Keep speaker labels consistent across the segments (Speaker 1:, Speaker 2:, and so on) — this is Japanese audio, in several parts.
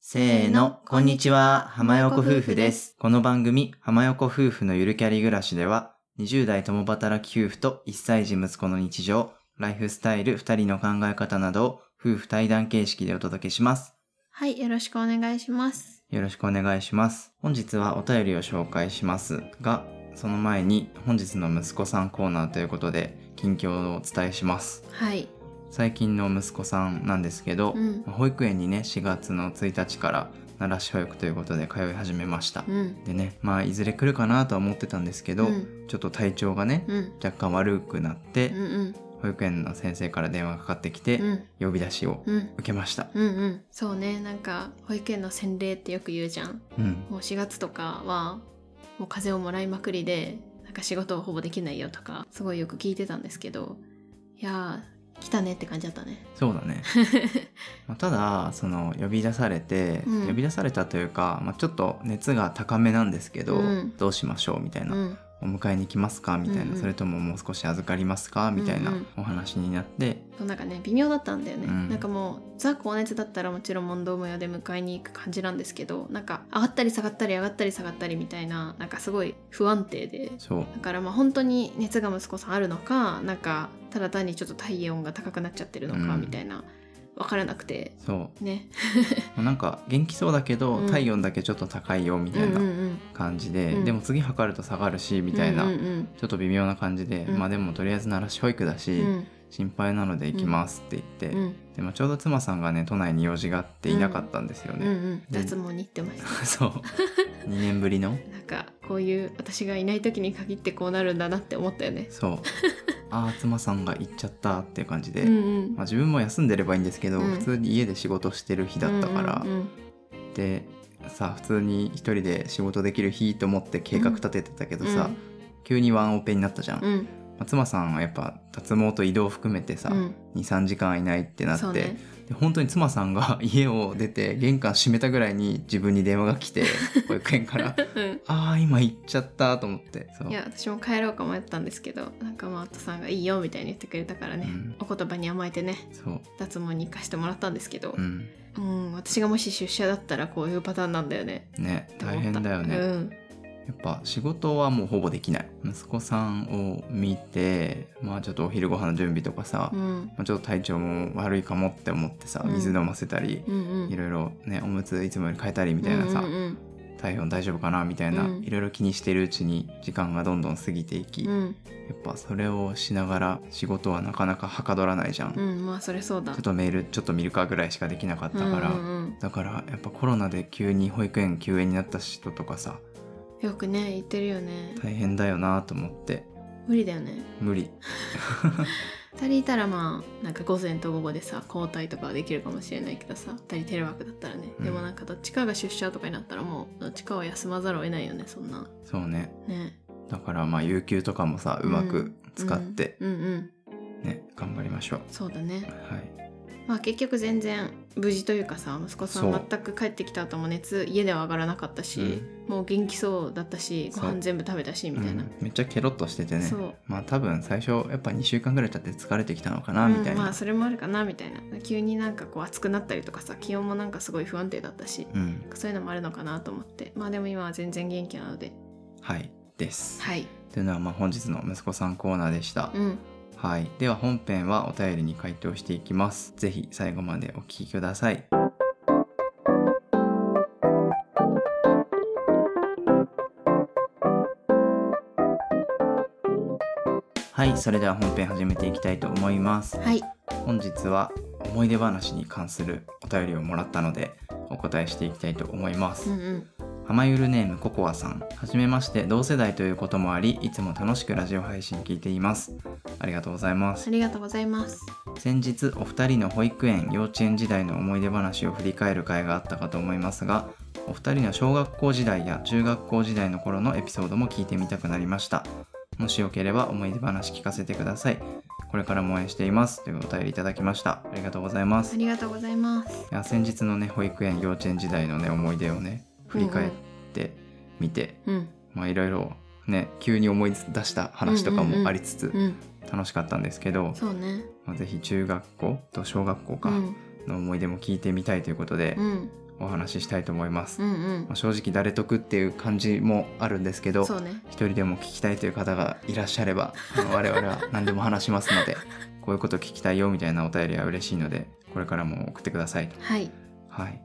Speaker 1: せーの、こんにちは、浜横夫婦です。この番組、浜横夫婦のゆるキャリ暮らしでは、20代共働き夫婦と1歳児息子の日常、ライフスタイル、2人の考え方などを夫婦対談形式でお届けします。
Speaker 2: はい、よろしくお願いします。
Speaker 1: よろしくお願いします。本日はお便りを紹介しますが、その前に本日の息子さんコーナーということで、近況をお伝えします。
Speaker 2: はい。
Speaker 1: 最近の息子さんなんですけど、
Speaker 2: うん
Speaker 1: 保育園にね4月の1日から奈良市保育ということで通い始めました、
Speaker 2: うん。
Speaker 1: でねまあいずれ来るかなとは思ってたんですけど、
Speaker 2: うん。
Speaker 1: ちょっと体調がね、
Speaker 2: うん。
Speaker 1: 若干悪くなって、
Speaker 2: うん。うん。
Speaker 1: 保育園の先生から電話がかかってきて、
Speaker 2: うん。
Speaker 1: 呼び出しを
Speaker 2: うん。
Speaker 1: 受けました、
Speaker 2: うん。うん。そうね、なんか保育園の洗礼ってよく言うじゃん。
Speaker 1: うん、
Speaker 2: もう4月とかは、もう風邪をもらいまくりで、なんか仕事をほぼできないよとか、すごいよく聞いてたんですけど、いやー、来たねって感じだったね。
Speaker 1: そうだ ね、まあ、ただその呼び出されて、
Speaker 2: うん
Speaker 1: 呼び出されたというか、まあ、ちょっと熱が高めなんですけど、
Speaker 2: うん
Speaker 1: どうしましょうみたいな
Speaker 2: うん。
Speaker 1: お迎えに来ますかみたいな、
Speaker 2: うんうん
Speaker 1: それとももう少し預かりますかみたいな
Speaker 2: うんうん
Speaker 1: お話になって、
Speaker 2: そうなんかね、微妙だったんだよね。
Speaker 1: うん
Speaker 2: なんかもう、ザ・高熱だったらもちろん問答無用で迎えに行く感じなんですけど、なんか上がったり下がったり上がったり下がったりみたいな、なんかすごい不安定で、
Speaker 1: そう
Speaker 2: だからまあ本当に熱が息子さんあるのかなんかただ単にちょっと体温が高くなっちゃってるのか
Speaker 1: うん
Speaker 2: みたいな、分からなくて
Speaker 1: そ
Speaker 2: ね
Speaker 1: うなんか元気そうだけど、
Speaker 2: うん
Speaker 1: 体温だけちょっと高いよみたい
Speaker 2: うんうん
Speaker 1: な
Speaker 2: うん
Speaker 1: 感じで、
Speaker 2: うん
Speaker 1: でも次測ると下がるしみたいな、
Speaker 2: うんうん
Speaker 1: ちょっと微妙な感じで、
Speaker 2: うん
Speaker 1: まあでもとりあえず奈良市保育だ
Speaker 2: う
Speaker 1: し、
Speaker 2: ん
Speaker 1: 心配なので行きますって言って、
Speaker 2: うんうん
Speaker 1: でもちょうど妻さんがね都内に用事があっていなかったんですよ
Speaker 2: うんう
Speaker 1: ね、
Speaker 2: ん
Speaker 1: で
Speaker 2: 脱毛に行ってまし
Speaker 1: そう2年ぶりの
Speaker 2: たなんかこういう私がいない時に限ってこうなるんだなって思ったよね
Speaker 1: そうああ妻さんが行っちゃったっていう感じで、
Speaker 2: うんうん
Speaker 1: まあ、自分も休んでればいいんですけど、
Speaker 2: うん
Speaker 1: 普通に家で仕事してる日だったから、
Speaker 2: うんうん
Speaker 1: でさ普通に一人で仕事できる日と思って計画立ててたけどさ、急にワンオペになったじゃん、
Speaker 2: う
Speaker 1: ま
Speaker 2: んうん
Speaker 1: あ妻さんはやっぱ脱毛と移動含めてさ、
Speaker 2: うん
Speaker 1: 23時間いないってなって、
Speaker 2: そうね
Speaker 1: で本当に妻さんが家を出て玄関閉めたぐらいに自分に電話が来 て保育園から
Speaker 2: うん
Speaker 1: 「ああ今行っちゃった」と思ってそう
Speaker 2: いや私も帰ろうか迷ったんですけどなんかマートさんが「いいよ」みたいに言ってくれたからね、
Speaker 1: うん
Speaker 2: お言葉に甘えてね
Speaker 1: そう、
Speaker 2: 脱毛に行かしてもらったんですけど、
Speaker 1: うん、
Speaker 2: うん、私がもし出社だったらこういうパターンなんだよね。
Speaker 1: ね
Speaker 2: って思
Speaker 1: 大
Speaker 2: った
Speaker 1: 変だよね、
Speaker 2: うん、
Speaker 1: やっぱ仕事はもうほぼできない息子さんを見てまあちょっとお昼ご飯の準備とかさ、
Speaker 2: うん、
Speaker 1: まあ、ちょっと体調も悪いかもって思ってさ
Speaker 2: うん
Speaker 1: 水飲ませたり、
Speaker 2: うん、うん、
Speaker 1: いろいろねおむついつもより変えたりみたいなさ、
Speaker 2: うんうん
Speaker 1: 体温大丈夫かなみたいな、
Speaker 2: うん
Speaker 1: いろいろ気にしてるうちに時間がどんどん過ぎていき、
Speaker 2: う
Speaker 1: や
Speaker 2: ん、
Speaker 1: っぱそれをしながら仕事はなかなかはかどらないじゃん、
Speaker 2: う
Speaker 1: ち
Speaker 2: ん、まあそれそうだ。
Speaker 1: ょっとメールちょっと見るかぐらいしかできなかったから、
Speaker 2: うんうん
Speaker 1: だからやっぱコロナで急に保育園休園になった人とかさ
Speaker 2: うん、よくね言ってるよね。
Speaker 1: 大変だよなと思って
Speaker 2: 無理だよね。
Speaker 1: 無理
Speaker 2: 二人いたらまあなんか午前と午後でさ交代とかはできるかもしれないけどさ二人テレワークだったらね、
Speaker 1: うん
Speaker 2: でもなんかどっちかが出社とかになったらもうどっちかは休まざるを得ないよねそんな
Speaker 1: そうね
Speaker 2: ね
Speaker 1: だからまあ有給とかもさうまく使って
Speaker 2: うん、うんうん
Speaker 1: ね、頑張りましょう
Speaker 2: そうだね
Speaker 1: はい
Speaker 2: まあ結局全然無事というかさ息子さ
Speaker 1: そうん
Speaker 2: 全く帰ってきた後も熱家では上がらなかったし、もう元気そうだったし
Speaker 1: そ
Speaker 2: ご
Speaker 1: う
Speaker 2: 飯全部食べたしみたいな、
Speaker 1: うんめっちゃケロッとしててね
Speaker 2: そう
Speaker 1: まあ多分最初やっぱ2週間ぐらい経って疲れてきたのかな
Speaker 2: うん
Speaker 1: みたい
Speaker 2: ま
Speaker 1: な
Speaker 2: あそれもあるかなみたいな急になんかこう暑くなったりとかさ気温もなんかすごい不安定だったし
Speaker 1: うん、
Speaker 2: そういうのもあるのかなと思ってまあでも今は全然元気なので
Speaker 1: はいです、
Speaker 2: はい
Speaker 1: というのはまあ本日の息子さんコーナーでした、
Speaker 2: うん
Speaker 1: はいでは本編はお便りに回答していきますぜひ最後までお聞きくださいはいそれでは本編始めていきたいと思います
Speaker 2: はい
Speaker 1: 本日は思い出話に関するお便りをもらったのでお答えしていきたいと思います、
Speaker 2: うんうん
Speaker 1: 浜ゆるネームココアさんはじめまして同世代ということもありいつも楽しくラジオ配信聞いていますありがとうございます
Speaker 2: ありがとうございます
Speaker 1: 先日お二人の保育園幼稚園時代の思い出話を振り返る会があったかと思いますがお二人の小学校時代や中学校時代の頃のエピソードも聞いてみたくなりましたもしよければ思い出話聞かせてくださいこれからも応援していますというお便りいただきましたありがとうございま
Speaker 2: あ
Speaker 1: すい
Speaker 2: りがとうございます
Speaker 1: や先日のね保育園幼稚園時代のね思い出をね振り返ってみて、
Speaker 2: うん
Speaker 1: まあいろいろね急に思い出した話とかもありつつ
Speaker 2: うん
Speaker 1: 楽しかったんですけど、
Speaker 2: そうね
Speaker 1: まあ、ぜひ中学校と小学校か
Speaker 2: うん
Speaker 1: の思い出も聞いてみたいということで、
Speaker 2: うん
Speaker 1: お話ししたいと思います、
Speaker 2: うんうん
Speaker 1: まあ正直誰得っていう感じもあるんですけど
Speaker 2: そうね
Speaker 1: 一人でも聞きたいという方がいらっしゃればあ の我々は何でも話しますのでこういうこと聞きたいよみたいなお便りは嬉しいのでこれからも送ってくださいと
Speaker 2: はい
Speaker 1: はい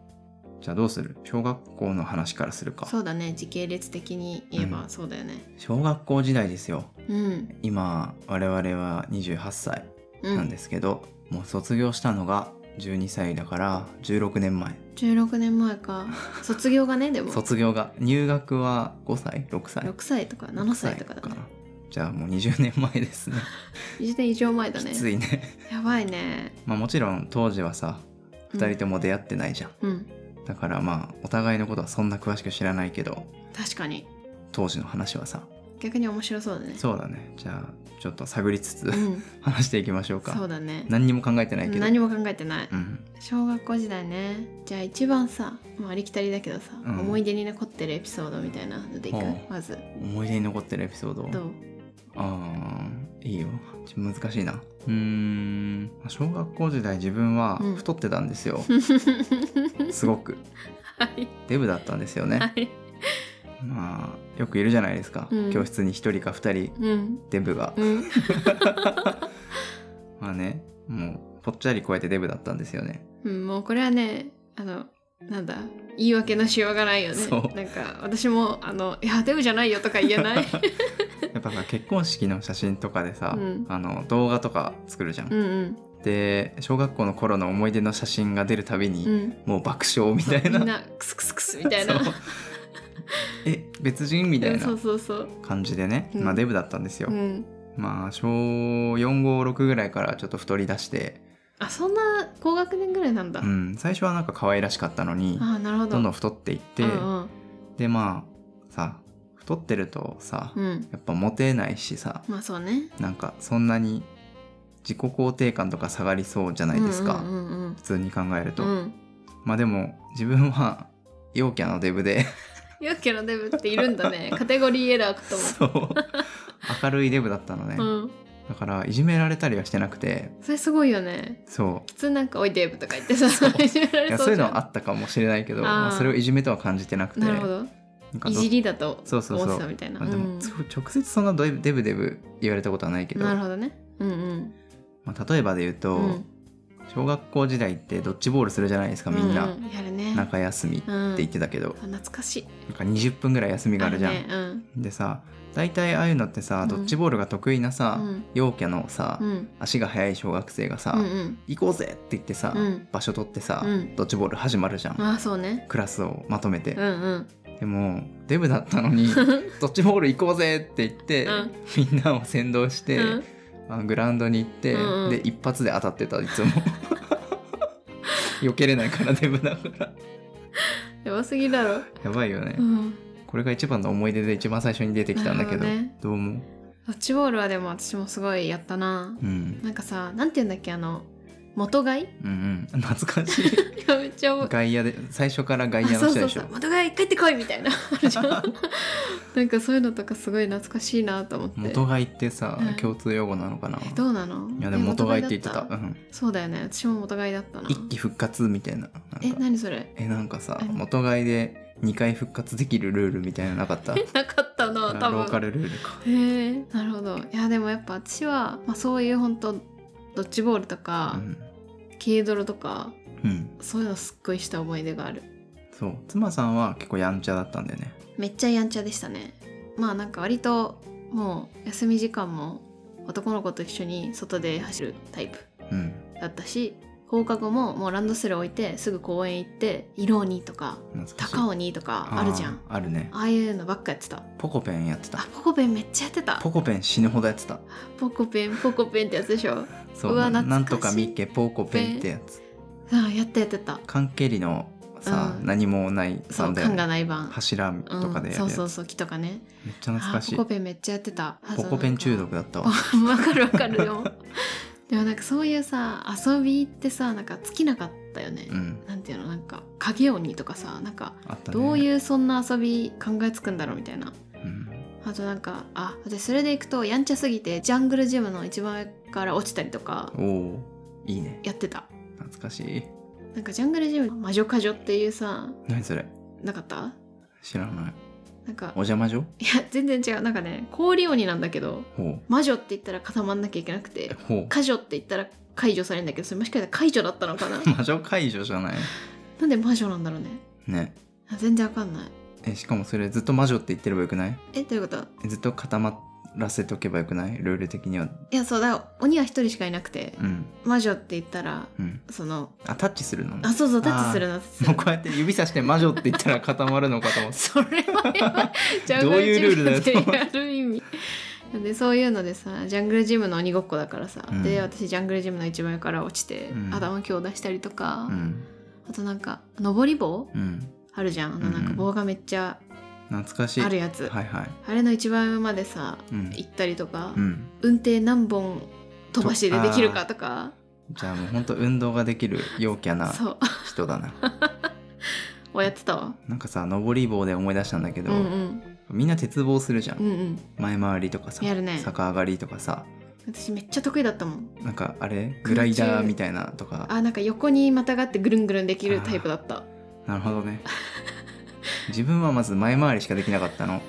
Speaker 1: じゃあどうする小学校の話からするか
Speaker 2: そうだね時系列的に言え
Speaker 1: う
Speaker 2: ばそうだよね
Speaker 1: 小学校時代ですよ
Speaker 2: うん
Speaker 1: 今我々は28歳
Speaker 2: う
Speaker 1: なん
Speaker 2: ん
Speaker 1: ですけど、もう卒業したのが12歳だから16年前
Speaker 2: 16年前 か卒業がねでも
Speaker 1: 卒業が入学は5歳6歳
Speaker 2: 6歳とか7歳とかだ
Speaker 1: 6
Speaker 2: ね
Speaker 1: なじゃあもう20年前ですね
Speaker 2: 1年以上前 だね
Speaker 1: きついね
Speaker 2: やばいね
Speaker 1: まあもちろん当時はさ
Speaker 2: うん
Speaker 1: 2人とも出会ってないじゃん、
Speaker 2: うん
Speaker 1: だからまあお互いのことはそんな詳しく知らないけど
Speaker 2: 確かに
Speaker 1: 当時の話はさ
Speaker 2: 逆に面白そうだね
Speaker 1: そうだねじゃあちょっと探りつつ
Speaker 2: ん
Speaker 1: 話していきましょうか
Speaker 2: そうだね
Speaker 1: 何にも考えてないけど
Speaker 2: 何も考えてない
Speaker 1: うん
Speaker 2: 小学校時代ねじゃあ一番さ、まあ、ありきたりだけどさ、
Speaker 1: うん
Speaker 2: 思い出に残ってるエピソードみたいなのでいく
Speaker 1: ほう
Speaker 2: まず
Speaker 1: 思い出に残ってるエピソード
Speaker 2: どう
Speaker 1: あーいいよちょっと難しいなうーん小学校時代自分は
Speaker 2: うん
Speaker 1: 太ってたんです よ、すごく
Speaker 2: はい
Speaker 1: デブだったんですよ
Speaker 2: は
Speaker 1: ね
Speaker 2: い
Speaker 1: まあよくいるじゃないですか、
Speaker 2: うん
Speaker 1: 教室に1人か2人
Speaker 2: うん
Speaker 1: デブが、
Speaker 2: うん
Speaker 1: まあねもうぽっちゃり超えてデブだったんですよ ね
Speaker 2: うん、もうこれはねあのなんだ言い訳のしようがないよね
Speaker 1: そう
Speaker 2: なんか私もあの「いやデブじゃないよ」とか言 えない
Speaker 1: やっぱさ結婚式の写真とかでさ、
Speaker 2: うん
Speaker 1: あの動画とか作るじゃん、
Speaker 2: うんうん
Speaker 1: で小学校の頃の思い出の写真が出るたびに、
Speaker 2: うん
Speaker 1: もう爆笑みたい
Speaker 2: み
Speaker 1: なん
Speaker 2: なクスクスクスみたいな
Speaker 1: そうえ別人みたいな
Speaker 2: そうそうそう
Speaker 1: 感じでね、
Speaker 2: うん
Speaker 1: まあデブだったんですよ、
Speaker 2: うん
Speaker 1: まあ小456ぐらいからちょっと太り出して、
Speaker 2: あそんな高学年ぐらいなんだ、
Speaker 1: うん、最初はなんか可愛らしかったのに
Speaker 2: ああなるほど
Speaker 1: どんどん
Speaker 2: っ
Speaker 1: 太っていって、
Speaker 2: うん
Speaker 1: でまあさ太ってるとさ、
Speaker 2: うん、うん、
Speaker 1: やっぱモテないしさ
Speaker 2: まあそうね
Speaker 1: なんかそんなに自己肯定感とか下がりそうじゃないですか、
Speaker 2: うんうんうん
Speaker 1: 普通に考えると、
Speaker 2: うん、うん、
Speaker 1: まあでも自分は陽キャのデブで
Speaker 2: ユッケのデブっているん だねカテゴリーエラーかと
Speaker 1: そう明るいデブだったのね、
Speaker 2: 思う、うん、
Speaker 1: だからいじめられたりはしてなくて
Speaker 2: それすごいよね
Speaker 1: そう
Speaker 2: 普通なんか「おいデブ」とか言ってさいじめら
Speaker 1: い
Speaker 2: れ
Speaker 1: や
Speaker 2: そう
Speaker 1: そういう
Speaker 2: じ
Speaker 1: の
Speaker 2: ゃん
Speaker 1: はあったかもしれないけど
Speaker 2: あー
Speaker 1: まあ、それをいじめとは感じてなくて
Speaker 2: なるほど
Speaker 1: なんか
Speaker 2: い
Speaker 1: ど
Speaker 2: じりだと
Speaker 1: そうそうそう
Speaker 2: 思ってたみたいな。
Speaker 1: まあでも、
Speaker 2: うん
Speaker 1: そう直接そんなデブデブデブ言われたことはないけど
Speaker 2: なるほどね。うんうん。
Speaker 1: まあ、例えばで言うと、
Speaker 2: うん
Speaker 1: 小学校時代ってドッジボールするじゃないですかみんな、
Speaker 2: ううやるね。
Speaker 1: 中休みって
Speaker 2: うん
Speaker 1: 言ってたけど、
Speaker 2: あ懐かしい。
Speaker 1: なんか20分ぐらい休みがあるじゃん。
Speaker 2: ねうん
Speaker 1: でさ大体ああいうのってさ
Speaker 2: うん
Speaker 1: ドッジボールが得意なさ、
Speaker 2: うん
Speaker 1: 陽キャのさ、
Speaker 2: うん
Speaker 1: 足が速い小学生がさ、
Speaker 2: うんうん
Speaker 1: 行こうぜって言ってさ、
Speaker 2: うん
Speaker 1: 場所取ってさ、
Speaker 2: うん
Speaker 1: ドッジボール始まるじゃん、
Speaker 2: ああそうね。
Speaker 1: クラスをまとめて
Speaker 2: う、んうん。
Speaker 1: でもデブだったのに ドッジボール行こうぜって言って、
Speaker 2: うん
Speaker 1: みんなを先導して、
Speaker 2: うん
Speaker 1: あのグラウンドに行って、
Speaker 2: うんうん
Speaker 1: で一発で当たってたい つも避けれないからデブだから
Speaker 2: やばすぎだろ。
Speaker 1: やばいよね、
Speaker 2: うん。
Speaker 1: これが一番の思い出で一番最初に出てきたんだけどど,、
Speaker 2: なるほどね
Speaker 1: う思
Speaker 2: ドッジボールはでも私もすごいやったな
Speaker 1: う、う。ん、
Speaker 2: なんかさなんて言うんだっけあの元買い？
Speaker 1: うんうん懐かし い
Speaker 2: いやめっちゃ思う。
Speaker 1: 外野で最初から外野
Speaker 2: あそ
Speaker 1: の人
Speaker 2: うそ
Speaker 1: で
Speaker 2: う
Speaker 1: し
Speaker 2: そ
Speaker 1: ょ
Speaker 2: う元買い帰ってこいみ たいなあるじゃんなんかそういうのとかすごい懐かしいなと思って
Speaker 1: 元外ってさ、
Speaker 2: うん
Speaker 1: 共通用語なのかな
Speaker 2: えどうなの
Speaker 1: いやで
Speaker 2: え
Speaker 1: も元外って言って
Speaker 2: 元
Speaker 1: た、
Speaker 2: 買いだ
Speaker 1: うん
Speaker 2: そうだよね私も元買いだったな
Speaker 1: 一気復活みたいななんか
Speaker 2: え何それ
Speaker 1: えなんかさ
Speaker 2: 何
Speaker 1: 元買いで2回復活できるルールみたいなのなかったロ
Speaker 2: なかったな多
Speaker 1: ーカ
Speaker 2: 分
Speaker 1: ルルールか
Speaker 2: へえなるほどいやでもやっぱ私は、まあ、そういう本当ドッジボールと
Speaker 1: う
Speaker 2: か、
Speaker 1: ん、
Speaker 2: 軽泥とか
Speaker 1: うん、
Speaker 2: そういうのすっごいした思い出がある
Speaker 1: そう妻さんは結構やんちゃだったんだよね
Speaker 2: めっちゃやんちゃでしたねまあなんか割ともう休み時間も男の子と一緒に外で走るタイプ
Speaker 1: うん
Speaker 2: だったし放課後ももうランドセル置いてすぐ公園行って「色鬼」とか「
Speaker 1: 懐かしい
Speaker 2: 高鬼」とかあるじゃん
Speaker 1: あーあるね
Speaker 2: ああいうのばっかやってた
Speaker 1: ポコペンやってた
Speaker 2: あポコペンめっちゃやってた
Speaker 1: ポコペン死ぬほどやってた
Speaker 2: ポコペンポコペンってやつでし ょ
Speaker 1: そう
Speaker 2: うわ
Speaker 1: ななんと
Speaker 2: 懐か
Speaker 1: か
Speaker 2: しい
Speaker 1: ミッケポコペンってやつ
Speaker 2: ああやったやってた
Speaker 1: 缶蹴りのさ、
Speaker 2: うん
Speaker 1: 何もない
Speaker 2: そ
Speaker 1: ん
Speaker 2: う
Speaker 1: だよ
Speaker 2: 缶
Speaker 1: ね
Speaker 2: がない版
Speaker 1: 柱
Speaker 2: うん
Speaker 1: とかでやるやつ、
Speaker 2: そうそうそう木とかね
Speaker 1: めっちゃ懐かし
Speaker 2: あ
Speaker 1: い
Speaker 2: ポコペンめっちゃやってたあ
Speaker 1: ポコペン中毒だったわ
Speaker 2: そうなんか わかるわかるでもでもなんかそういうさ遊びってさなんか尽きなかったよね、
Speaker 1: うん
Speaker 2: なんていうのなんか影鬼とかさなんか
Speaker 1: あったね
Speaker 2: どう
Speaker 1: う、
Speaker 2: いうそんな遊び考えつくんだろうみたいな
Speaker 1: うん、
Speaker 2: あとなんかあ私それでいくとやんちゃすぎてジャングルジムの一番上から落ちたりとか
Speaker 1: おおいいね
Speaker 2: やってた
Speaker 1: 懐かしい
Speaker 2: なんかジャングルジム魔女魔女っていうさ
Speaker 1: 何それ
Speaker 2: なかった
Speaker 1: 知らない
Speaker 2: なんか
Speaker 1: お邪魔女
Speaker 2: いや全然違うなんかね氷鬼なんだけど
Speaker 1: ほう
Speaker 2: 魔女って言ったら固まんなきゃいけなくて
Speaker 1: ほう
Speaker 2: 魔女って言ったら解除されるんだけどそれもしかしたら解除だったのか な
Speaker 1: 魔女解除じゃない
Speaker 2: なんで魔女なんだろうね
Speaker 1: ね
Speaker 2: あ全然わかんない
Speaker 1: えしかもそれずっと魔女って言ってればよくない
Speaker 2: えどういうこと
Speaker 1: えずっと固まらせとけばよくないルール的にはい
Speaker 2: やそうだから鬼は一人しかいなくて
Speaker 1: うん
Speaker 2: 魔女って言ったら
Speaker 1: うん
Speaker 2: その
Speaker 1: あタッチするの
Speaker 2: あそうそうタッチするなタッチす
Speaker 1: もう
Speaker 2: る
Speaker 1: こうやって指さして魔女って言ったら固まるのかと思って
Speaker 2: それはやばいジャン
Speaker 1: どう
Speaker 2: グ
Speaker 1: いう
Speaker 2: ル
Speaker 1: ル
Speaker 2: ジ
Speaker 1: ールだ
Speaker 2: ム
Speaker 1: よ
Speaker 2: ってやる意味でそういうのでさジャングルジムの鬼ごっこだからさ、
Speaker 1: うん
Speaker 2: で私ジャングルジムの一番上から落ちて、
Speaker 1: うん
Speaker 2: 頭強打したりとか、
Speaker 1: うん
Speaker 2: あとなんか登り棒
Speaker 1: うん
Speaker 2: あるじゃんあのな
Speaker 1: う
Speaker 2: ん
Speaker 1: んう
Speaker 2: か
Speaker 1: ん
Speaker 2: 棒がめっちゃ
Speaker 1: 懐かしい
Speaker 2: あるやつ、
Speaker 1: はいはい
Speaker 2: あれの一番上までさ
Speaker 1: うん
Speaker 2: 行ったりとか、
Speaker 1: うん
Speaker 2: 運転何本飛ばしでできるかとか
Speaker 1: じゃあもうほんと運動ができる陽キャな
Speaker 2: そう
Speaker 1: 人だな
Speaker 2: をやってたわ
Speaker 1: なんかさ登り棒で思い出したんだけ
Speaker 2: う
Speaker 1: ど、
Speaker 2: んうん
Speaker 1: みんな鉄棒するじゃん、
Speaker 2: うんうん
Speaker 1: 前回りとかさ
Speaker 2: やるね
Speaker 1: 逆上がりとかさ
Speaker 2: 私めっちゃ得意だったもん
Speaker 1: なんかあれ
Speaker 2: 空中
Speaker 1: グライダーみたいなとか
Speaker 2: あなんか横にまたがってぐるんぐるんできるタイプだった
Speaker 1: なるほどね自分はまず前回りしかできなかった の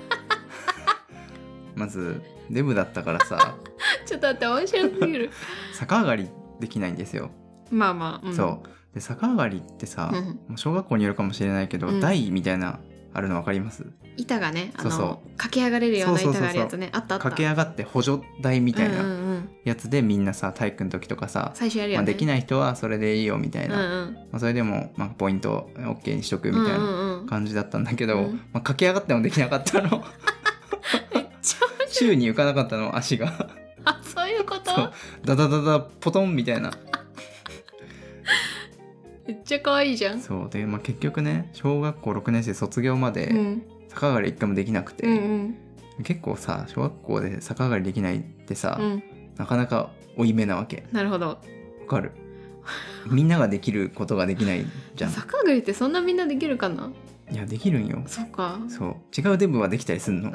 Speaker 1: まずデブだったからさ
Speaker 2: ちょっと待って面白す ぎる
Speaker 1: 逆上がりできないんですよ、
Speaker 2: まあまあ、ん
Speaker 1: そうで逆上がりってさ、
Speaker 2: うん
Speaker 1: もう小学校によるかもしれないけど、
Speaker 2: うん
Speaker 1: 台みたいなあるの分かります
Speaker 2: 板がねあの
Speaker 1: そうそ
Speaker 2: 駆け上がれるような
Speaker 1: そうそうそうそう
Speaker 2: 板があるやつねあったあった
Speaker 1: 駆け上がって補助台みたい
Speaker 2: うんう
Speaker 1: なん
Speaker 2: うん
Speaker 1: やつでみんなさ体育の時とかさ、
Speaker 2: 最初やるよ
Speaker 1: まあ、
Speaker 2: ね、
Speaker 1: でき
Speaker 2: い
Speaker 1: ない人はそれでいいよみたいな、
Speaker 2: うんうん
Speaker 1: まあ、それでも、まあ、ポイント OK にしとくみたい
Speaker 2: うん
Speaker 1: な
Speaker 2: うんうん、めっ
Speaker 1: 感じだったんだけど、
Speaker 2: うん
Speaker 1: まあ、駆け上がってもできなかったの
Speaker 2: ちゃ面白い
Speaker 1: 宙に浮かなかったの足が
Speaker 2: あそういうこと
Speaker 1: そうダダダダポトンみたいな
Speaker 2: めっちゃ可愛いじゃん
Speaker 1: そうで、まあ、結局ね小学校6年生卒業ま
Speaker 2: う
Speaker 1: で
Speaker 2: ん
Speaker 1: 逆上がり一回もできなくて、
Speaker 2: うんうん
Speaker 1: 結構さ小学校で逆上がりできないってさ、
Speaker 2: うん
Speaker 1: なかなか負い目なわけ
Speaker 2: なるほど
Speaker 1: わかるみんなができることができないじゃん
Speaker 2: 逆上がりってそんなみんなできるかない
Speaker 1: やできるんよ
Speaker 2: そうか
Speaker 1: そう違うデブはできたりすんの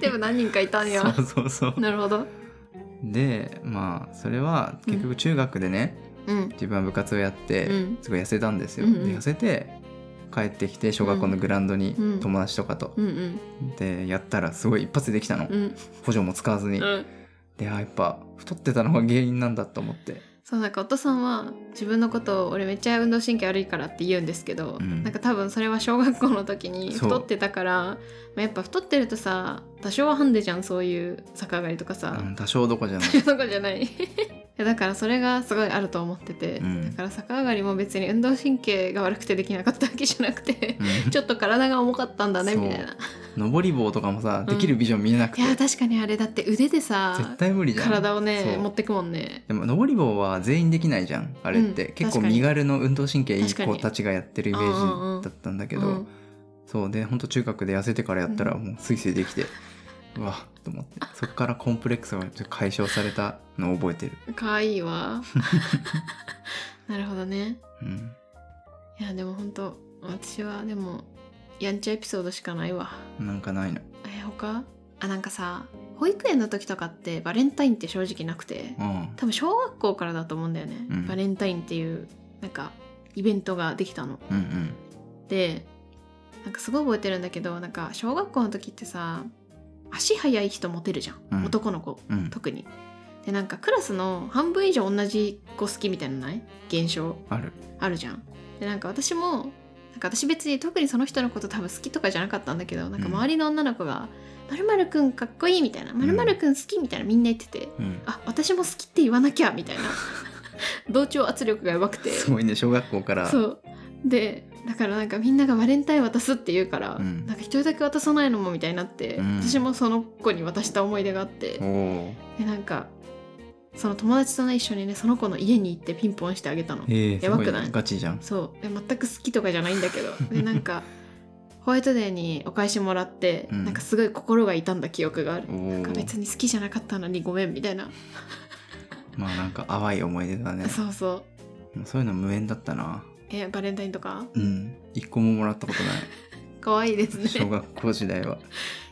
Speaker 2: でも何人かいたんや
Speaker 1: そうそうそう
Speaker 2: なるほど
Speaker 1: でまあそれは結局中学でね、
Speaker 2: うん
Speaker 1: 自分は部活をやって、
Speaker 2: うん
Speaker 1: すごい痩せたんですよ、
Speaker 2: うんうん
Speaker 1: で痩せて帰ってきて小学校のグラウンドに
Speaker 2: うん
Speaker 1: 友達とかと、
Speaker 2: うんうん
Speaker 1: でやったらすごい一発でできたの、
Speaker 2: うん
Speaker 1: 補助も使わずに、
Speaker 2: うん
Speaker 1: であやっぱ太ってたのが原因なんだと思って
Speaker 2: そうなんかお父さんは自分のことを俺めっちゃ運動神経悪いからって言うんですけど、
Speaker 1: うん
Speaker 2: なんか多分それは小学校の時に
Speaker 1: そう
Speaker 2: 太ってたから、まあ、やっぱ太ってるとさ多少はハンデじゃんそういう逆上がりとかさ、
Speaker 1: うん多少どこじゃない
Speaker 2: そういうとこじゃない いやだからそれがすごいあると思ってて、
Speaker 1: うん
Speaker 2: だから逆上がりも別に運動神経が悪くてできなかったわけじゃなくて、
Speaker 1: うん
Speaker 2: ちょっと体が重かったんだね
Speaker 1: そう
Speaker 2: みたいな
Speaker 1: 登り棒とかもさできるビジョン見えなくて、
Speaker 2: いや確かにあれだって腕で
Speaker 1: 絶
Speaker 2: さ
Speaker 1: 対無理じゃん
Speaker 2: 体をね
Speaker 1: そう
Speaker 2: 持ってくもんね
Speaker 1: でも登り棒は全員できないじゃんあれって、
Speaker 2: うん
Speaker 1: 結構
Speaker 2: 確かに
Speaker 1: 身軽の運動神経いい
Speaker 2: 確か
Speaker 1: 子
Speaker 2: に
Speaker 1: たちがやってるイメ
Speaker 2: うんうんう
Speaker 1: ー
Speaker 2: ん
Speaker 1: ジだったんだけど、
Speaker 2: うん
Speaker 1: そうでほんと中学で痩せてからやったら
Speaker 2: う
Speaker 1: もうスイスイできて、 うわと思ってそっからコンプレックスが解消されたのを覚えてる、
Speaker 2: 可愛いわ なるほどね
Speaker 1: うん、
Speaker 2: いやでも本当私はでもやんちゃエピソードしかないわ
Speaker 1: なんかないの
Speaker 2: え他あなんかさ保育園の時とかってバレンタインって正直なくて
Speaker 1: うん
Speaker 2: 多分小学校からだと思うんだよね、
Speaker 1: うん
Speaker 2: バレンタインっていうなんかイベントができたの
Speaker 1: うんうん
Speaker 2: でなんかすごい覚えてるんだけどなんか小学校の時ってさ足速い人モテるじゃん、
Speaker 1: うん
Speaker 2: 男の子
Speaker 1: うん
Speaker 2: 特にでなんかクラスの半分以上同じ子好きみたいなのない現象
Speaker 1: ある
Speaker 2: あるじゃん。でなんか私もなんか私別に特にその人のこと多分好きとかじゃなかったんだけどなんか
Speaker 1: うん
Speaker 2: 周りの女の子が「まるまるくんかっこいい」みたいな「まるまるくん好き」みたいなみんな言ってて
Speaker 1: うん
Speaker 2: 「あ私も好きって言わなきゃ」みたいな 同調圧力が弱くて
Speaker 1: すごいね小学校から
Speaker 2: そうでだからなんかみんながバレンタイン渡すって言うから、
Speaker 1: うん
Speaker 2: なんか一人だけ渡さないのもみたいになって、
Speaker 1: うん
Speaker 2: 私もその子に渡した思い出があって、
Speaker 1: おお
Speaker 2: でなんかその友達とね一緒にねその子の家に行ってピンポンしてあげたの。
Speaker 1: えー、す
Speaker 2: や
Speaker 1: ご
Speaker 2: ば
Speaker 1: いね
Speaker 2: くない
Speaker 1: ガチじゃん
Speaker 2: そうで全く好きとかじゃないんだ けどでなんかホワイトデーにお返しもらって、
Speaker 1: うん
Speaker 2: なんかすごい心が痛んだ記憶がある
Speaker 1: お。お
Speaker 2: なんか別に好きじゃなかったのにごめんみたいな、
Speaker 1: まあなんか淡い思い出だね
Speaker 2: そうそう
Speaker 1: もうそういうの無縁だったな
Speaker 2: えバレンタインとか
Speaker 1: うん一個ももらったことない
Speaker 2: 可愛いです
Speaker 1: 小
Speaker 2: ね
Speaker 1: 学校時代は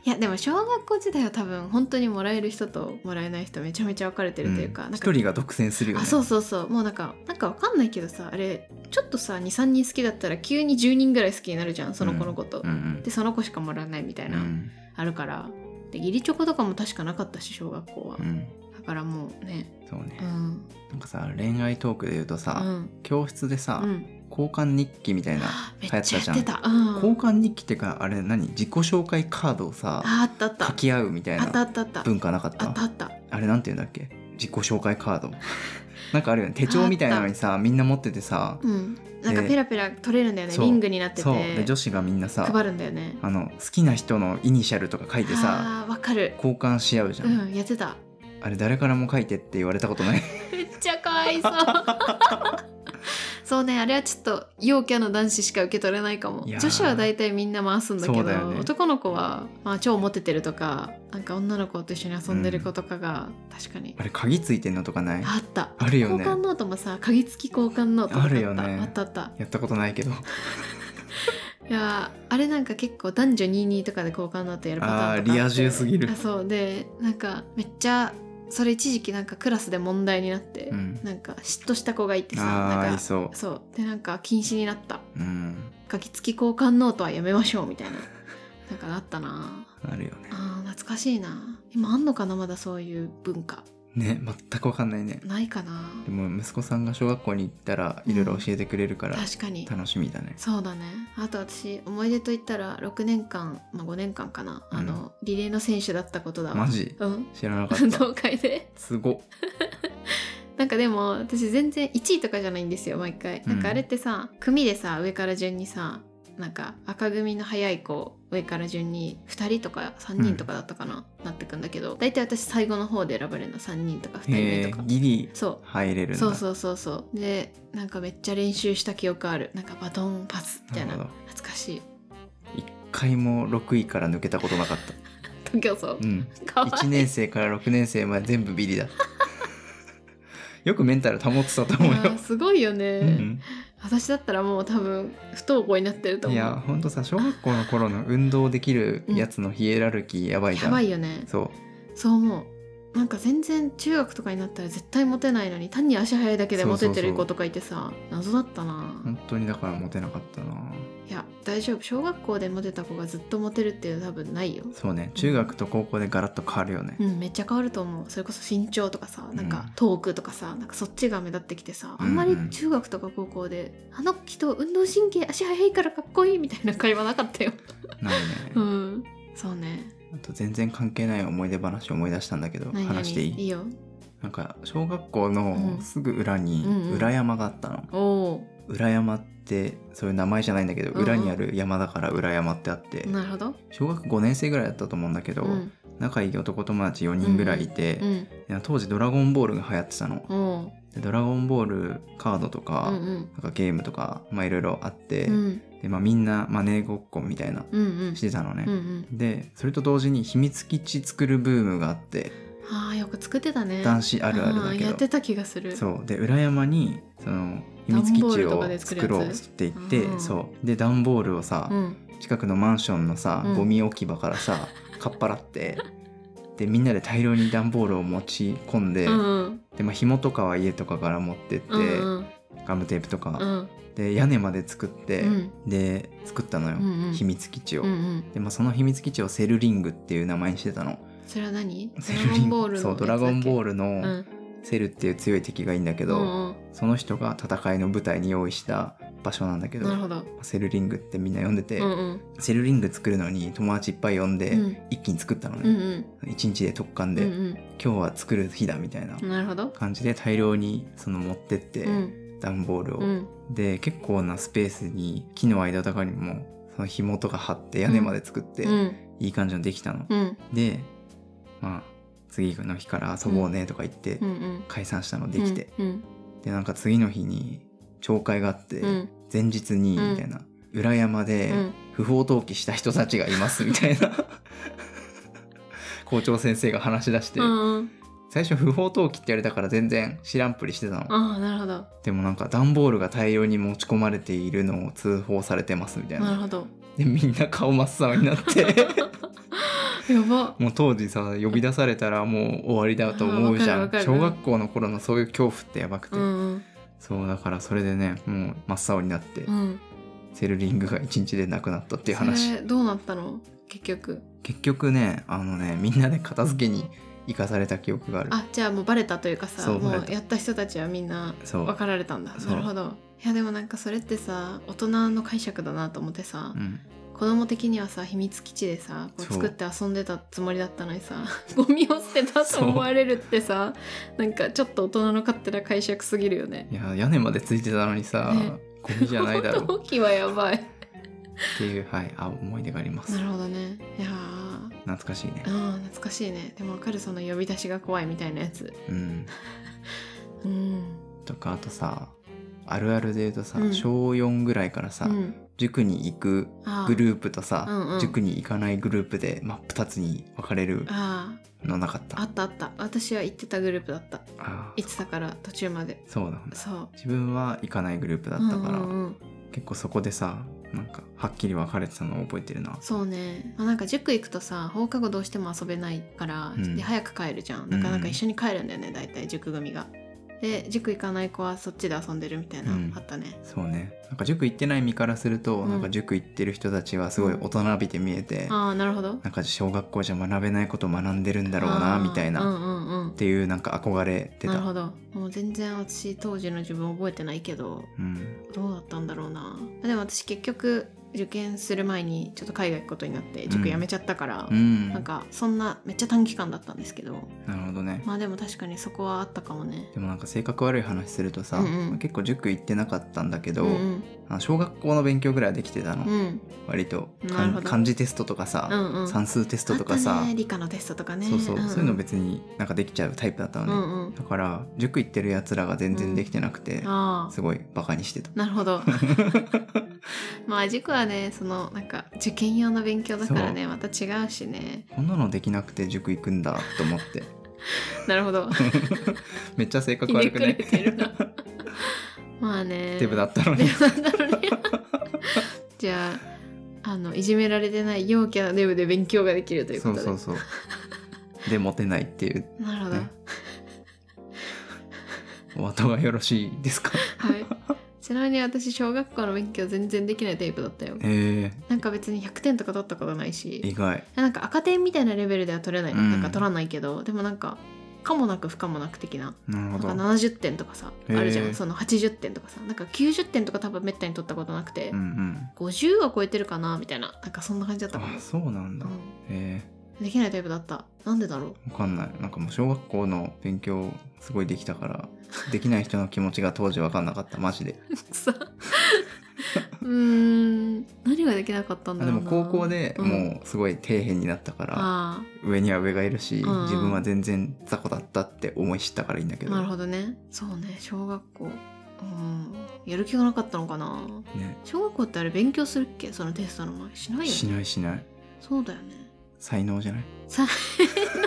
Speaker 2: いやでも小学校時代は多分本当にもらえる人ともらえない人めちゃめちゃ分かれてるというか、
Speaker 1: うん
Speaker 2: なん
Speaker 1: 一
Speaker 2: か
Speaker 1: 人が独占するよね
Speaker 2: あそうそうそうもうなんかなんかわかんないけどさあれちょっとさ23人好きだったら急に10人ぐらい好きになるじゃんその子のこと、
Speaker 1: うんうん
Speaker 2: でその子しかもらわないみたいな、
Speaker 1: うん
Speaker 2: あるからで義理チョコとかも確かなかったし小学校は、
Speaker 1: うん
Speaker 2: だからもうね
Speaker 1: そうね
Speaker 2: うん
Speaker 1: なんかさ恋愛トークで言うと
Speaker 2: う
Speaker 1: さ、
Speaker 2: ん
Speaker 1: 教室でさ、
Speaker 2: うん
Speaker 1: 交換日記みたいな
Speaker 2: めっちゃやってた、うん、
Speaker 1: 交換日記ってかあれ何自己紹介カードをさ
Speaker 2: ああったあった
Speaker 1: 書き合うみたい
Speaker 2: あったあ
Speaker 1: な
Speaker 2: ったあった
Speaker 1: 文化なかった
Speaker 2: あったあった
Speaker 1: あれなんて言うんだっけ自己紹介カー ドなんかあるよね手帳みたいなのにさみんな持っててさ
Speaker 2: うんなんか
Speaker 1: で
Speaker 2: ペラペラ取れるんだよね
Speaker 1: そう
Speaker 2: リングになって
Speaker 1: そうで
Speaker 2: て
Speaker 1: 女子がみんなさ
Speaker 2: 配るんだよね
Speaker 1: あの好きな人のイニシャルとか書いてさ
Speaker 2: あーわかる
Speaker 1: 交換し合うじゃ、
Speaker 2: うんんやってた
Speaker 1: あれ誰からも書いてって言われたこと ない
Speaker 2: めっちゃかわいそうそうねあれはちょっと陽キャの男子しか受け取れないかも
Speaker 1: いやー
Speaker 2: 女子は大体みんな回すんだけ
Speaker 1: そ
Speaker 2: ど
Speaker 1: うだよね
Speaker 2: 男の子は、まあ、超モテてるとかなんか女の子と一緒に遊んでる子とかが、確かに
Speaker 1: あれ鍵ついてんのとかない
Speaker 2: あった
Speaker 1: あるよね
Speaker 2: 交換ノートもさ鍵付き交換ノートとかあった
Speaker 1: あるよね
Speaker 2: あったあった
Speaker 1: やったことない けど
Speaker 2: いやーあれなんか結構男女22とかで交換ノートやるパターンとかあって
Speaker 1: あーリア充すぎる
Speaker 2: あそうでなんかめっちゃそれ一時期なんかクラスで問題になって、
Speaker 1: うん
Speaker 2: なんか嫉妬した子がいてさ
Speaker 1: あ
Speaker 2: な
Speaker 1: あ
Speaker 2: ん
Speaker 1: い
Speaker 2: か
Speaker 1: そ
Speaker 2: そうでなんか禁止になった
Speaker 1: ううん
Speaker 2: 書き付き交換ノートはやめましょうみたいな なんかあったな
Speaker 1: あるよね
Speaker 2: あー懐かしいな今あんのかなまだそういう文化
Speaker 1: ね全くわかんないね
Speaker 2: ないかな
Speaker 1: でも息子さんが小学校に行ったらいろいろ教えてくれるから
Speaker 2: 確かに
Speaker 1: 楽しみだね、
Speaker 2: そうだねあと私思い出といったら6年間、まあ、5年間かな、あのリレーの選手だったことだわ
Speaker 1: マジ
Speaker 2: うん
Speaker 1: 知らなかっ
Speaker 2: 運
Speaker 1: た
Speaker 2: 動会で
Speaker 1: すごっ
Speaker 2: なんかでも私全然1位とかじゃないんですよ毎回なんかあれってさ、組でさ上から順にさなんか赤組の早い子上から順に2人とか3人とかだったかな、なってくんだけど大体私最後の方で選ばれるの3人とか2人目
Speaker 1: へえ
Speaker 2: とか
Speaker 1: ギリ
Speaker 2: そう
Speaker 1: 入れるんだ
Speaker 2: そうそうそうそうでなんかめっちゃ練習した記憶あるなんかバトンパスみたいな
Speaker 1: なるほど
Speaker 2: 懐かしい
Speaker 1: 一回も6位から抜けたことなかった
Speaker 2: 東京層
Speaker 1: うん
Speaker 2: かわい
Speaker 1: 1
Speaker 2: い
Speaker 1: 年生から6年生まで全部ビリだ よくメンタル保ってたと思う
Speaker 2: いや
Speaker 1: よ
Speaker 2: ー、すごいよね、
Speaker 1: うん
Speaker 2: 私だったらもう多分不登校になってると
Speaker 1: い
Speaker 2: 思う
Speaker 1: やほんとさ小学校の頃の運動できるやつのヒエラルキーやばいじゃ
Speaker 2: や
Speaker 1: ん、
Speaker 2: ばいよね
Speaker 1: そう
Speaker 2: そう思うなんか全然中学とかになったら絶対モテないのに単に足早いだけでモテてる子とかいてさ謎だったな、
Speaker 1: 本当にだからモテなかったない
Speaker 2: や大丈夫小学校でモテた子がずっとモテるっていうのは多分ないよ
Speaker 1: そうね中学と高校でガラッと変わるよね
Speaker 2: う、んめっちゃ変わると思うそれこそ身長とかさなん
Speaker 1: う
Speaker 2: か
Speaker 1: ん
Speaker 2: トークとかさなんかそっちが目立ってきてさあんま
Speaker 1: う
Speaker 2: り
Speaker 1: んうん
Speaker 2: 中学とか高校で「あの人運動神経足早いからかっこいい」みたいな会話なかったよ
Speaker 1: ないね、
Speaker 2: うんそうね
Speaker 1: あと全然関係ない思い出話を思い出したんだけど
Speaker 2: 何々
Speaker 1: 話していい
Speaker 2: いいよ
Speaker 1: なんか小学校
Speaker 2: う
Speaker 1: の
Speaker 2: ん
Speaker 1: すぐ裏に
Speaker 2: うんうん
Speaker 1: 裏山があったの、
Speaker 2: おお
Speaker 1: 裏山ってそういう名前じゃないんだけど、
Speaker 2: うんうん
Speaker 1: 裏にある山だから裏山ってあって
Speaker 2: ーなるほど
Speaker 1: 小学5年生ぐらいだったと思うんだけど、
Speaker 2: うん
Speaker 1: 仲いい男友達4人ぐらいいて
Speaker 2: う、ん
Speaker 1: で当時「ドラゴンボール」が流行ってたの。
Speaker 2: おお
Speaker 1: でドラゴンボールカードとか,、
Speaker 2: うんうん
Speaker 1: なんかゲームとかまあいろいろあって、
Speaker 2: うん
Speaker 1: でまあ、みんなマネーごっこみたいな
Speaker 2: うんうん
Speaker 1: してたのね。
Speaker 2: うんうん
Speaker 1: でそれと同時に秘密基地作るブームがあって
Speaker 2: あーよく作ってたね
Speaker 1: 男子あるあるだ
Speaker 2: うん
Speaker 1: けど、
Speaker 2: やってた気がする
Speaker 1: そうで裏山にその秘密基地
Speaker 2: 段ボールとか
Speaker 1: を
Speaker 2: で作るや
Speaker 1: 作
Speaker 2: つ
Speaker 1: ろうって言って、
Speaker 2: うん
Speaker 1: そうで段ボールをさ、
Speaker 2: ん
Speaker 1: 近くのマンションのさ
Speaker 2: うん
Speaker 1: ゴミ置き場からさ、かっぱら ってでみんなで大量に段ボールを持ち込んで、
Speaker 2: うんうん
Speaker 1: でまあ紐とかは家とかから持ってって、
Speaker 2: うんうん
Speaker 1: ガムテープと
Speaker 2: う
Speaker 1: か、
Speaker 2: ん
Speaker 1: で屋根まで作って、
Speaker 2: うん
Speaker 1: で作ったのよ、
Speaker 2: うんうん
Speaker 1: 秘密基地を。
Speaker 2: うんうん
Speaker 1: でまあ、その秘密基地をセルリングっていう名前にしてたの。
Speaker 2: それは何ド
Speaker 1: セ
Speaker 2: ラ
Speaker 1: ル
Speaker 2: ゴ
Speaker 1: リ
Speaker 2: ンボールの
Speaker 1: そうドラゴンボー
Speaker 2: ル
Speaker 1: ル
Speaker 2: う
Speaker 1: の
Speaker 2: ん
Speaker 1: セルっていう強い敵がいいんだけど、
Speaker 2: うんうん
Speaker 1: その人が戦いの舞台に用意した場所なんだけど
Speaker 2: なるほど。
Speaker 1: セルリングってみんな呼んでて、
Speaker 2: うんうん。
Speaker 1: セルリング作るのに友達いっぱい呼んで、
Speaker 2: うん
Speaker 1: 一気に作ったの
Speaker 2: うんう
Speaker 1: ね、
Speaker 2: ん。
Speaker 1: 一日で特貫
Speaker 2: う
Speaker 1: で、
Speaker 2: ん
Speaker 1: 今日は作る日だみたいな
Speaker 2: うん。なるほど。
Speaker 1: 感じで大量にその持ってって、
Speaker 2: うん
Speaker 1: 段ボールを、
Speaker 2: うん。
Speaker 1: で結構なスペースに木の間とかにもその紐とか張って屋根まで作って、
Speaker 2: うん
Speaker 1: いい感じのできたの、
Speaker 2: うん
Speaker 1: でまあ次の日から遊ぼうねとか言って、
Speaker 2: うんうん。
Speaker 1: 解散したのできて、
Speaker 2: うん
Speaker 1: でなんか次の日に懲戒があって、
Speaker 2: うん
Speaker 1: 前日に
Speaker 2: うん
Speaker 1: みたいな、裏山で
Speaker 2: うん
Speaker 1: 不法投棄した人たちがいますみたいな 校長先生が話し出して、
Speaker 2: うん。うんうん。
Speaker 1: 最初不法投棄って言われたから全然知らんぷりしてたの、
Speaker 2: ああ、なるほど。
Speaker 1: でもなんか段ボールが大量に持ち込まれているのを通報されてますみたい
Speaker 2: な
Speaker 1: な
Speaker 2: るほど。
Speaker 1: でみんな顔真っ青になって
Speaker 2: あやば
Speaker 1: もう当時さ呼び出されたらもう終わりだと思うじ
Speaker 2: あ
Speaker 1: ゃ
Speaker 2: わ
Speaker 1: ん
Speaker 2: かるわか
Speaker 1: 小
Speaker 2: る
Speaker 1: 学校の頃のそういう恐怖ってやばくて、
Speaker 2: うん
Speaker 1: そうだからそれでねもう真っ青になって、
Speaker 2: うん
Speaker 1: セルリングが一日でなくなったっていう
Speaker 2: そ
Speaker 1: 話
Speaker 2: れどうなったの結局
Speaker 1: 結局ねあのねみんなで片付けに行かされた記憶がある
Speaker 2: あじゃあもうバレたというかさ
Speaker 1: そう
Speaker 2: も
Speaker 1: バレ
Speaker 2: う
Speaker 1: た
Speaker 2: やった人たちはみんな
Speaker 1: そう
Speaker 2: 分かられたんだ
Speaker 1: そう
Speaker 2: なるほどいやでもなんかそれってさ大人の解釈だなと思ってさ、
Speaker 1: うん、
Speaker 2: 子供的にはさ秘密基地でさこう
Speaker 1: そう
Speaker 2: 作って遊んでたつもりだったのにさ ゴミを捨てたと思われるっ てさなんかちょっと大人の勝手な解釈すぎるよね
Speaker 1: いや屋根までついてたのにさ、
Speaker 2: ね
Speaker 1: ゴミじゃないだろう
Speaker 2: 陶器はやばい
Speaker 1: って いう、はい、あ思い出があります
Speaker 2: なるほどねいやー
Speaker 1: 懐かしいね
Speaker 2: うん懐かしいねでもわかるその呼び出しが怖いみたいなやつ
Speaker 1: うん
Speaker 2: うん
Speaker 1: とかあとさあるあるで言うとさ、
Speaker 2: うん
Speaker 1: 小4ぐらいからさ、
Speaker 2: うん、
Speaker 1: 塾に行く
Speaker 2: あー
Speaker 1: グループとさ、
Speaker 2: うんうん
Speaker 1: 塾に行かないグループで真っ二つに分かれる
Speaker 2: あ
Speaker 1: のなかっ
Speaker 2: ああ
Speaker 1: た
Speaker 2: ったあった私は行ってたグループだった
Speaker 1: あー
Speaker 2: 行ってたから途中まで
Speaker 1: そうなんだ
Speaker 2: そう
Speaker 1: 自分は行かないグループだったから、
Speaker 2: うんうんうん
Speaker 1: 結構そこでさなんかはっきり分かれてたのを覚えてるな
Speaker 2: そうね、まあ、なんか塾行くとさ放課後どうしても遊べないから、
Speaker 1: うん
Speaker 2: で早く帰るじゃんだからなん
Speaker 1: うんう
Speaker 2: か
Speaker 1: ん
Speaker 2: 一緒に帰るんだよね大体塾組がで塾行かない子はそっちで遊んでるみたいな、
Speaker 1: うん
Speaker 2: あったね
Speaker 1: そうねなんか塾行ってない身からすると、
Speaker 2: うん
Speaker 1: なんか塾行ってる人たちはすごい大人びて見えて、
Speaker 2: ああなるほど
Speaker 1: なんか小学校じゃ学べないこと学んでるんだろう
Speaker 2: あ
Speaker 1: な
Speaker 2: ー
Speaker 1: みたいな、
Speaker 2: う
Speaker 1: っ
Speaker 2: んうんうん
Speaker 1: ていうなんか憧れて
Speaker 2: なる
Speaker 1: た
Speaker 2: ほどもう全然私当時の自分覚えてないけど
Speaker 1: うん
Speaker 2: どうだったんだろうなあでも私結局受験する前にちょっと海外行くことになって
Speaker 1: うん
Speaker 2: 塾辞めちゃったから、
Speaker 1: うん
Speaker 2: なんかそんなめっちゃ短期間だったんですけど
Speaker 1: なるほどね
Speaker 2: まあでも確かにそこはあったかもね
Speaker 1: でもなんか性格悪い話するとさ、
Speaker 2: うんうん
Speaker 1: 結構塾行ってなかったんだけど、
Speaker 2: うん
Speaker 1: あの小学校の勉強ぐらいはできてたの、
Speaker 2: うん、うん
Speaker 1: 割と
Speaker 2: なるほど
Speaker 1: 漢字テストとかさ、
Speaker 2: うんうん
Speaker 1: 算数テストとか
Speaker 2: あっ
Speaker 1: さ、
Speaker 2: たね、理科のテストとかね
Speaker 1: そうそう、
Speaker 2: んん
Speaker 1: そういうの別になんかできちゃうタイプだったのね、
Speaker 2: うんうん
Speaker 1: だから塾行ってるやつらが全然できてなくて、
Speaker 2: ああ
Speaker 1: すごいバカにしてた
Speaker 2: なる ほどまあ塾はねそのなんか受験用の勉強だからねまた違うしね
Speaker 1: こんなのできなくて塾行くんだと思って
Speaker 2: なる ほど
Speaker 1: めっちゃ性格
Speaker 2: ひね
Speaker 1: 悪く
Speaker 2: く
Speaker 1: な
Speaker 2: れ
Speaker 1: い
Speaker 2: て るなまあね
Speaker 1: デブだったの
Speaker 2: デ
Speaker 1: に
Speaker 2: ブなんだろうねじゃああのいじめられてない陽キャなデブで勉強ができるという
Speaker 1: そ
Speaker 2: こと
Speaker 1: う
Speaker 2: で
Speaker 1: そうそうでモテないっていう
Speaker 2: なるほど、
Speaker 1: ねお後がよろしいです か
Speaker 2: はいちなみに私小学校の勉強全然できないタイプだったよ
Speaker 1: えー、
Speaker 2: なんか別に100点とか取ったことないし
Speaker 1: 意外
Speaker 2: なんか赤点みたいなレベルでは取れない、
Speaker 1: うん
Speaker 2: なんか取らないけどでもなんか可もなく不可もなく的な
Speaker 1: なる
Speaker 2: な
Speaker 1: ほ
Speaker 2: んか
Speaker 1: ど
Speaker 2: 70点とかさあ
Speaker 1: へー
Speaker 2: るじゃんその80点とかさなんか90点とか多分めったに取ったことなくて、
Speaker 1: うんうん
Speaker 2: 50は超えてるかなみたいななんかそんな感じだったかも
Speaker 1: あ、そうなんだ、え
Speaker 2: うん、できないタイプだったなんでだろう
Speaker 1: ー、わかんないなんかもう小学校の勉強すごいできたからできない人の気持ちが当時わかんなかった マジで
Speaker 2: さうーん何ができなかったん
Speaker 1: あ
Speaker 2: だ
Speaker 1: で
Speaker 2: ろう
Speaker 1: も
Speaker 2: な
Speaker 1: 高校で
Speaker 2: ん
Speaker 1: もうすごい底辺になったから、
Speaker 2: あ
Speaker 1: 上には上がいるし、
Speaker 2: うんうん
Speaker 1: 自分は全然雑魚だったって思い知ったからいいんだけ
Speaker 2: あ
Speaker 1: ど
Speaker 2: なるほどねそうね小学校うんやる気がなかったのかな
Speaker 1: ね、
Speaker 2: 小学校ってあれ勉強するっけそのテストの前しないよね
Speaker 1: しないしない
Speaker 2: そうだよね
Speaker 1: 才能じゃない
Speaker 2: 才能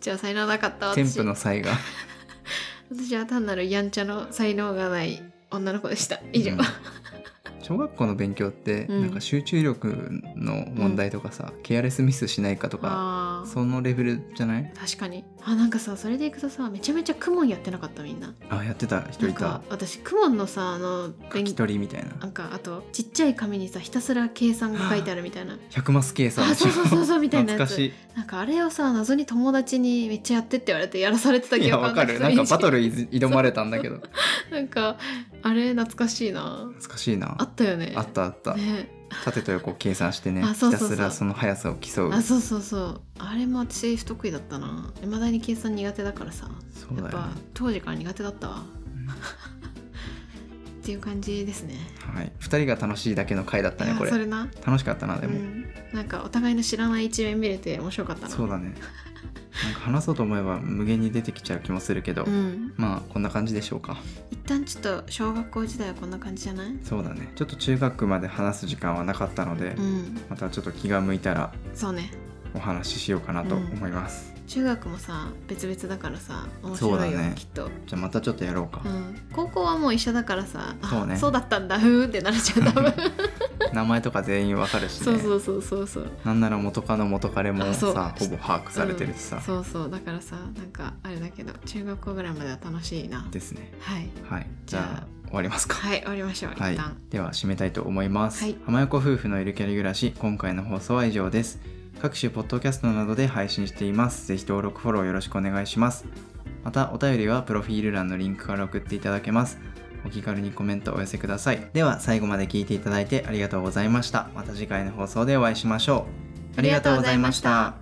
Speaker 2: じゃあ才能なかった
Speaker 1: 添
Speaker 2: 私
Speaker 1: 付の才が
Speaker 2: 私は単なるやんちゃの才能がない女の子でした以上、
Speaker 1: うん小学校の勉強って
Speaker 2: うん
Speaker 1: なんか集中力の問題とかさ、ケアレスミスしないかとか、
Speaker 2: ああ
Speaker 1: そのレベルじゃない
Speaker 2: 確かにあなんかさそれでいくとさめちゃめちゃ公文やってなかったみんな
Speaker 1: あやってた人
Speaker 2: なん
Speaker 1: いた
Speaker 2: か私公文のさあの
Speaker 1: 書き
Speaker 2: 強
Speaker 1: 取りみたい
Speaker 2: な
Speaker 1: なん
Speaker 2: かあとちっちゃい紙にさひたすら計算が書いてあるみたいな
Speaker 1: 100マス計算
Speaker 2: あそうそうそうそうみたいなやつ
Speaker 1: 懐かし
Speaker 2: なんかあれをさ謎に友達にめっちゃやってって言われてやらされてた
Speaker 1: いい
Speaker 2: 記
Speaker 1: や
Speaker 2: 憶
Speaker 1: わかるなんかバト
Speaker 2: ル
Speaker 1: ルい挑まれたんだけど
Speaker 2: なんかあれ懐かしいな
Speaker 1: 懐かしいな
Speaker 2: あったよね
Speaker 1: あったあった
Speaker 2: ね
Speaker 1: 縦と横を計算してねひ
Speaker 2: あそう
Speaker 1: た
Speaker 2: そうそう
Speaker 1: すらその速さを競う
Speaker 2: あそうそうそうあれも私不得意だったな未だに計算苦手だからさ
Speaker 1: そう
Speaker 2: や
Speaker 1: だ
Speaker 2: っ
Speaker 1: よ
Speaker 2: ぱ
Speaker 1: ね
Speaker 2: 当時から苦手だったわ
Speaker 1: うん
Speaker 2: っていう感じですね
Speaker 1: はい2人が楽しいだけの回だった
Speaker 2: い
Speaker 1: ね
Speaker 2: や
Speaker 1: これ
Speaker 2: それな
Speaker 1: 楽しかったなで
Speaker 2: う
Speaker 1: も
Speaker 2: ん、なんかお互いの知らない一面見れて面白かったな
Speaker 1: そうだねなんか話そうと思えば無限に出てきちゃう気もするけど
Speaker 2: うん
Speaker 1: まあこんな感じでしょうか
Speaker 2: 一旦ちょっと小学校時代はこんな感じじゃない
Speaker 1: そうだねちょっと中学まで話す時間はなかったので
Speaker 2: うん
Speaker 1: またちょっと気が向いたら
Speaker 2: そうね
Speaker 1: お話ししようかなと思います
Speaker 2: 中学もさ別々だからさ面
Speaker 1: そう
Speaker 2: 白
Speaker 1: だ
Speaker 2: いよ、
Speaker 1: ね
Speaker 2: きっと、
Speaker 1: じゃあまたちょっとやろうか
Speaker 2: うん、高校はもう一緒だからさあ
Speaker 1: そうね
Speaker 2: だったんだふーってなるじゃん多分
Speaker 1: 名前とか全員わかるしね
Speaker 2: そうそうそうそうそう
Speaker 1: なんなら元カノ元カレも
Speaker 2: あそう
Speaker 1: さほぼ把握されてるしさ、
Speaker 2: そうそうだからさなんかあれだけど中学校ぐらいまでは楽しいな
Speaker 1: ですね
Speaker 2: はい
Speaker 1: はいじゃ
Speaker 2: じゃ
Speaker 1: あ終わりますか
Speaker 2: はい終わりましょう、
Speaker 1: はい
Speaker 2: 一旦、
Speaker 1: では締めたいと思います、
Speaker 2: はい
Speaker 1: 浜横夫婦のいるキャリ暮らし今回の放送は以上です各種ポッドキャストなどで配信していますぜひ登録フォローよろしくお願いしますまたお便りはプロフィール欄のリンクから送っていただけますお気軽にコメントお寄せくださいでは最後まで聞いていただいてありがとうございましたまた次回の放送でお会いしましょうありがとうございました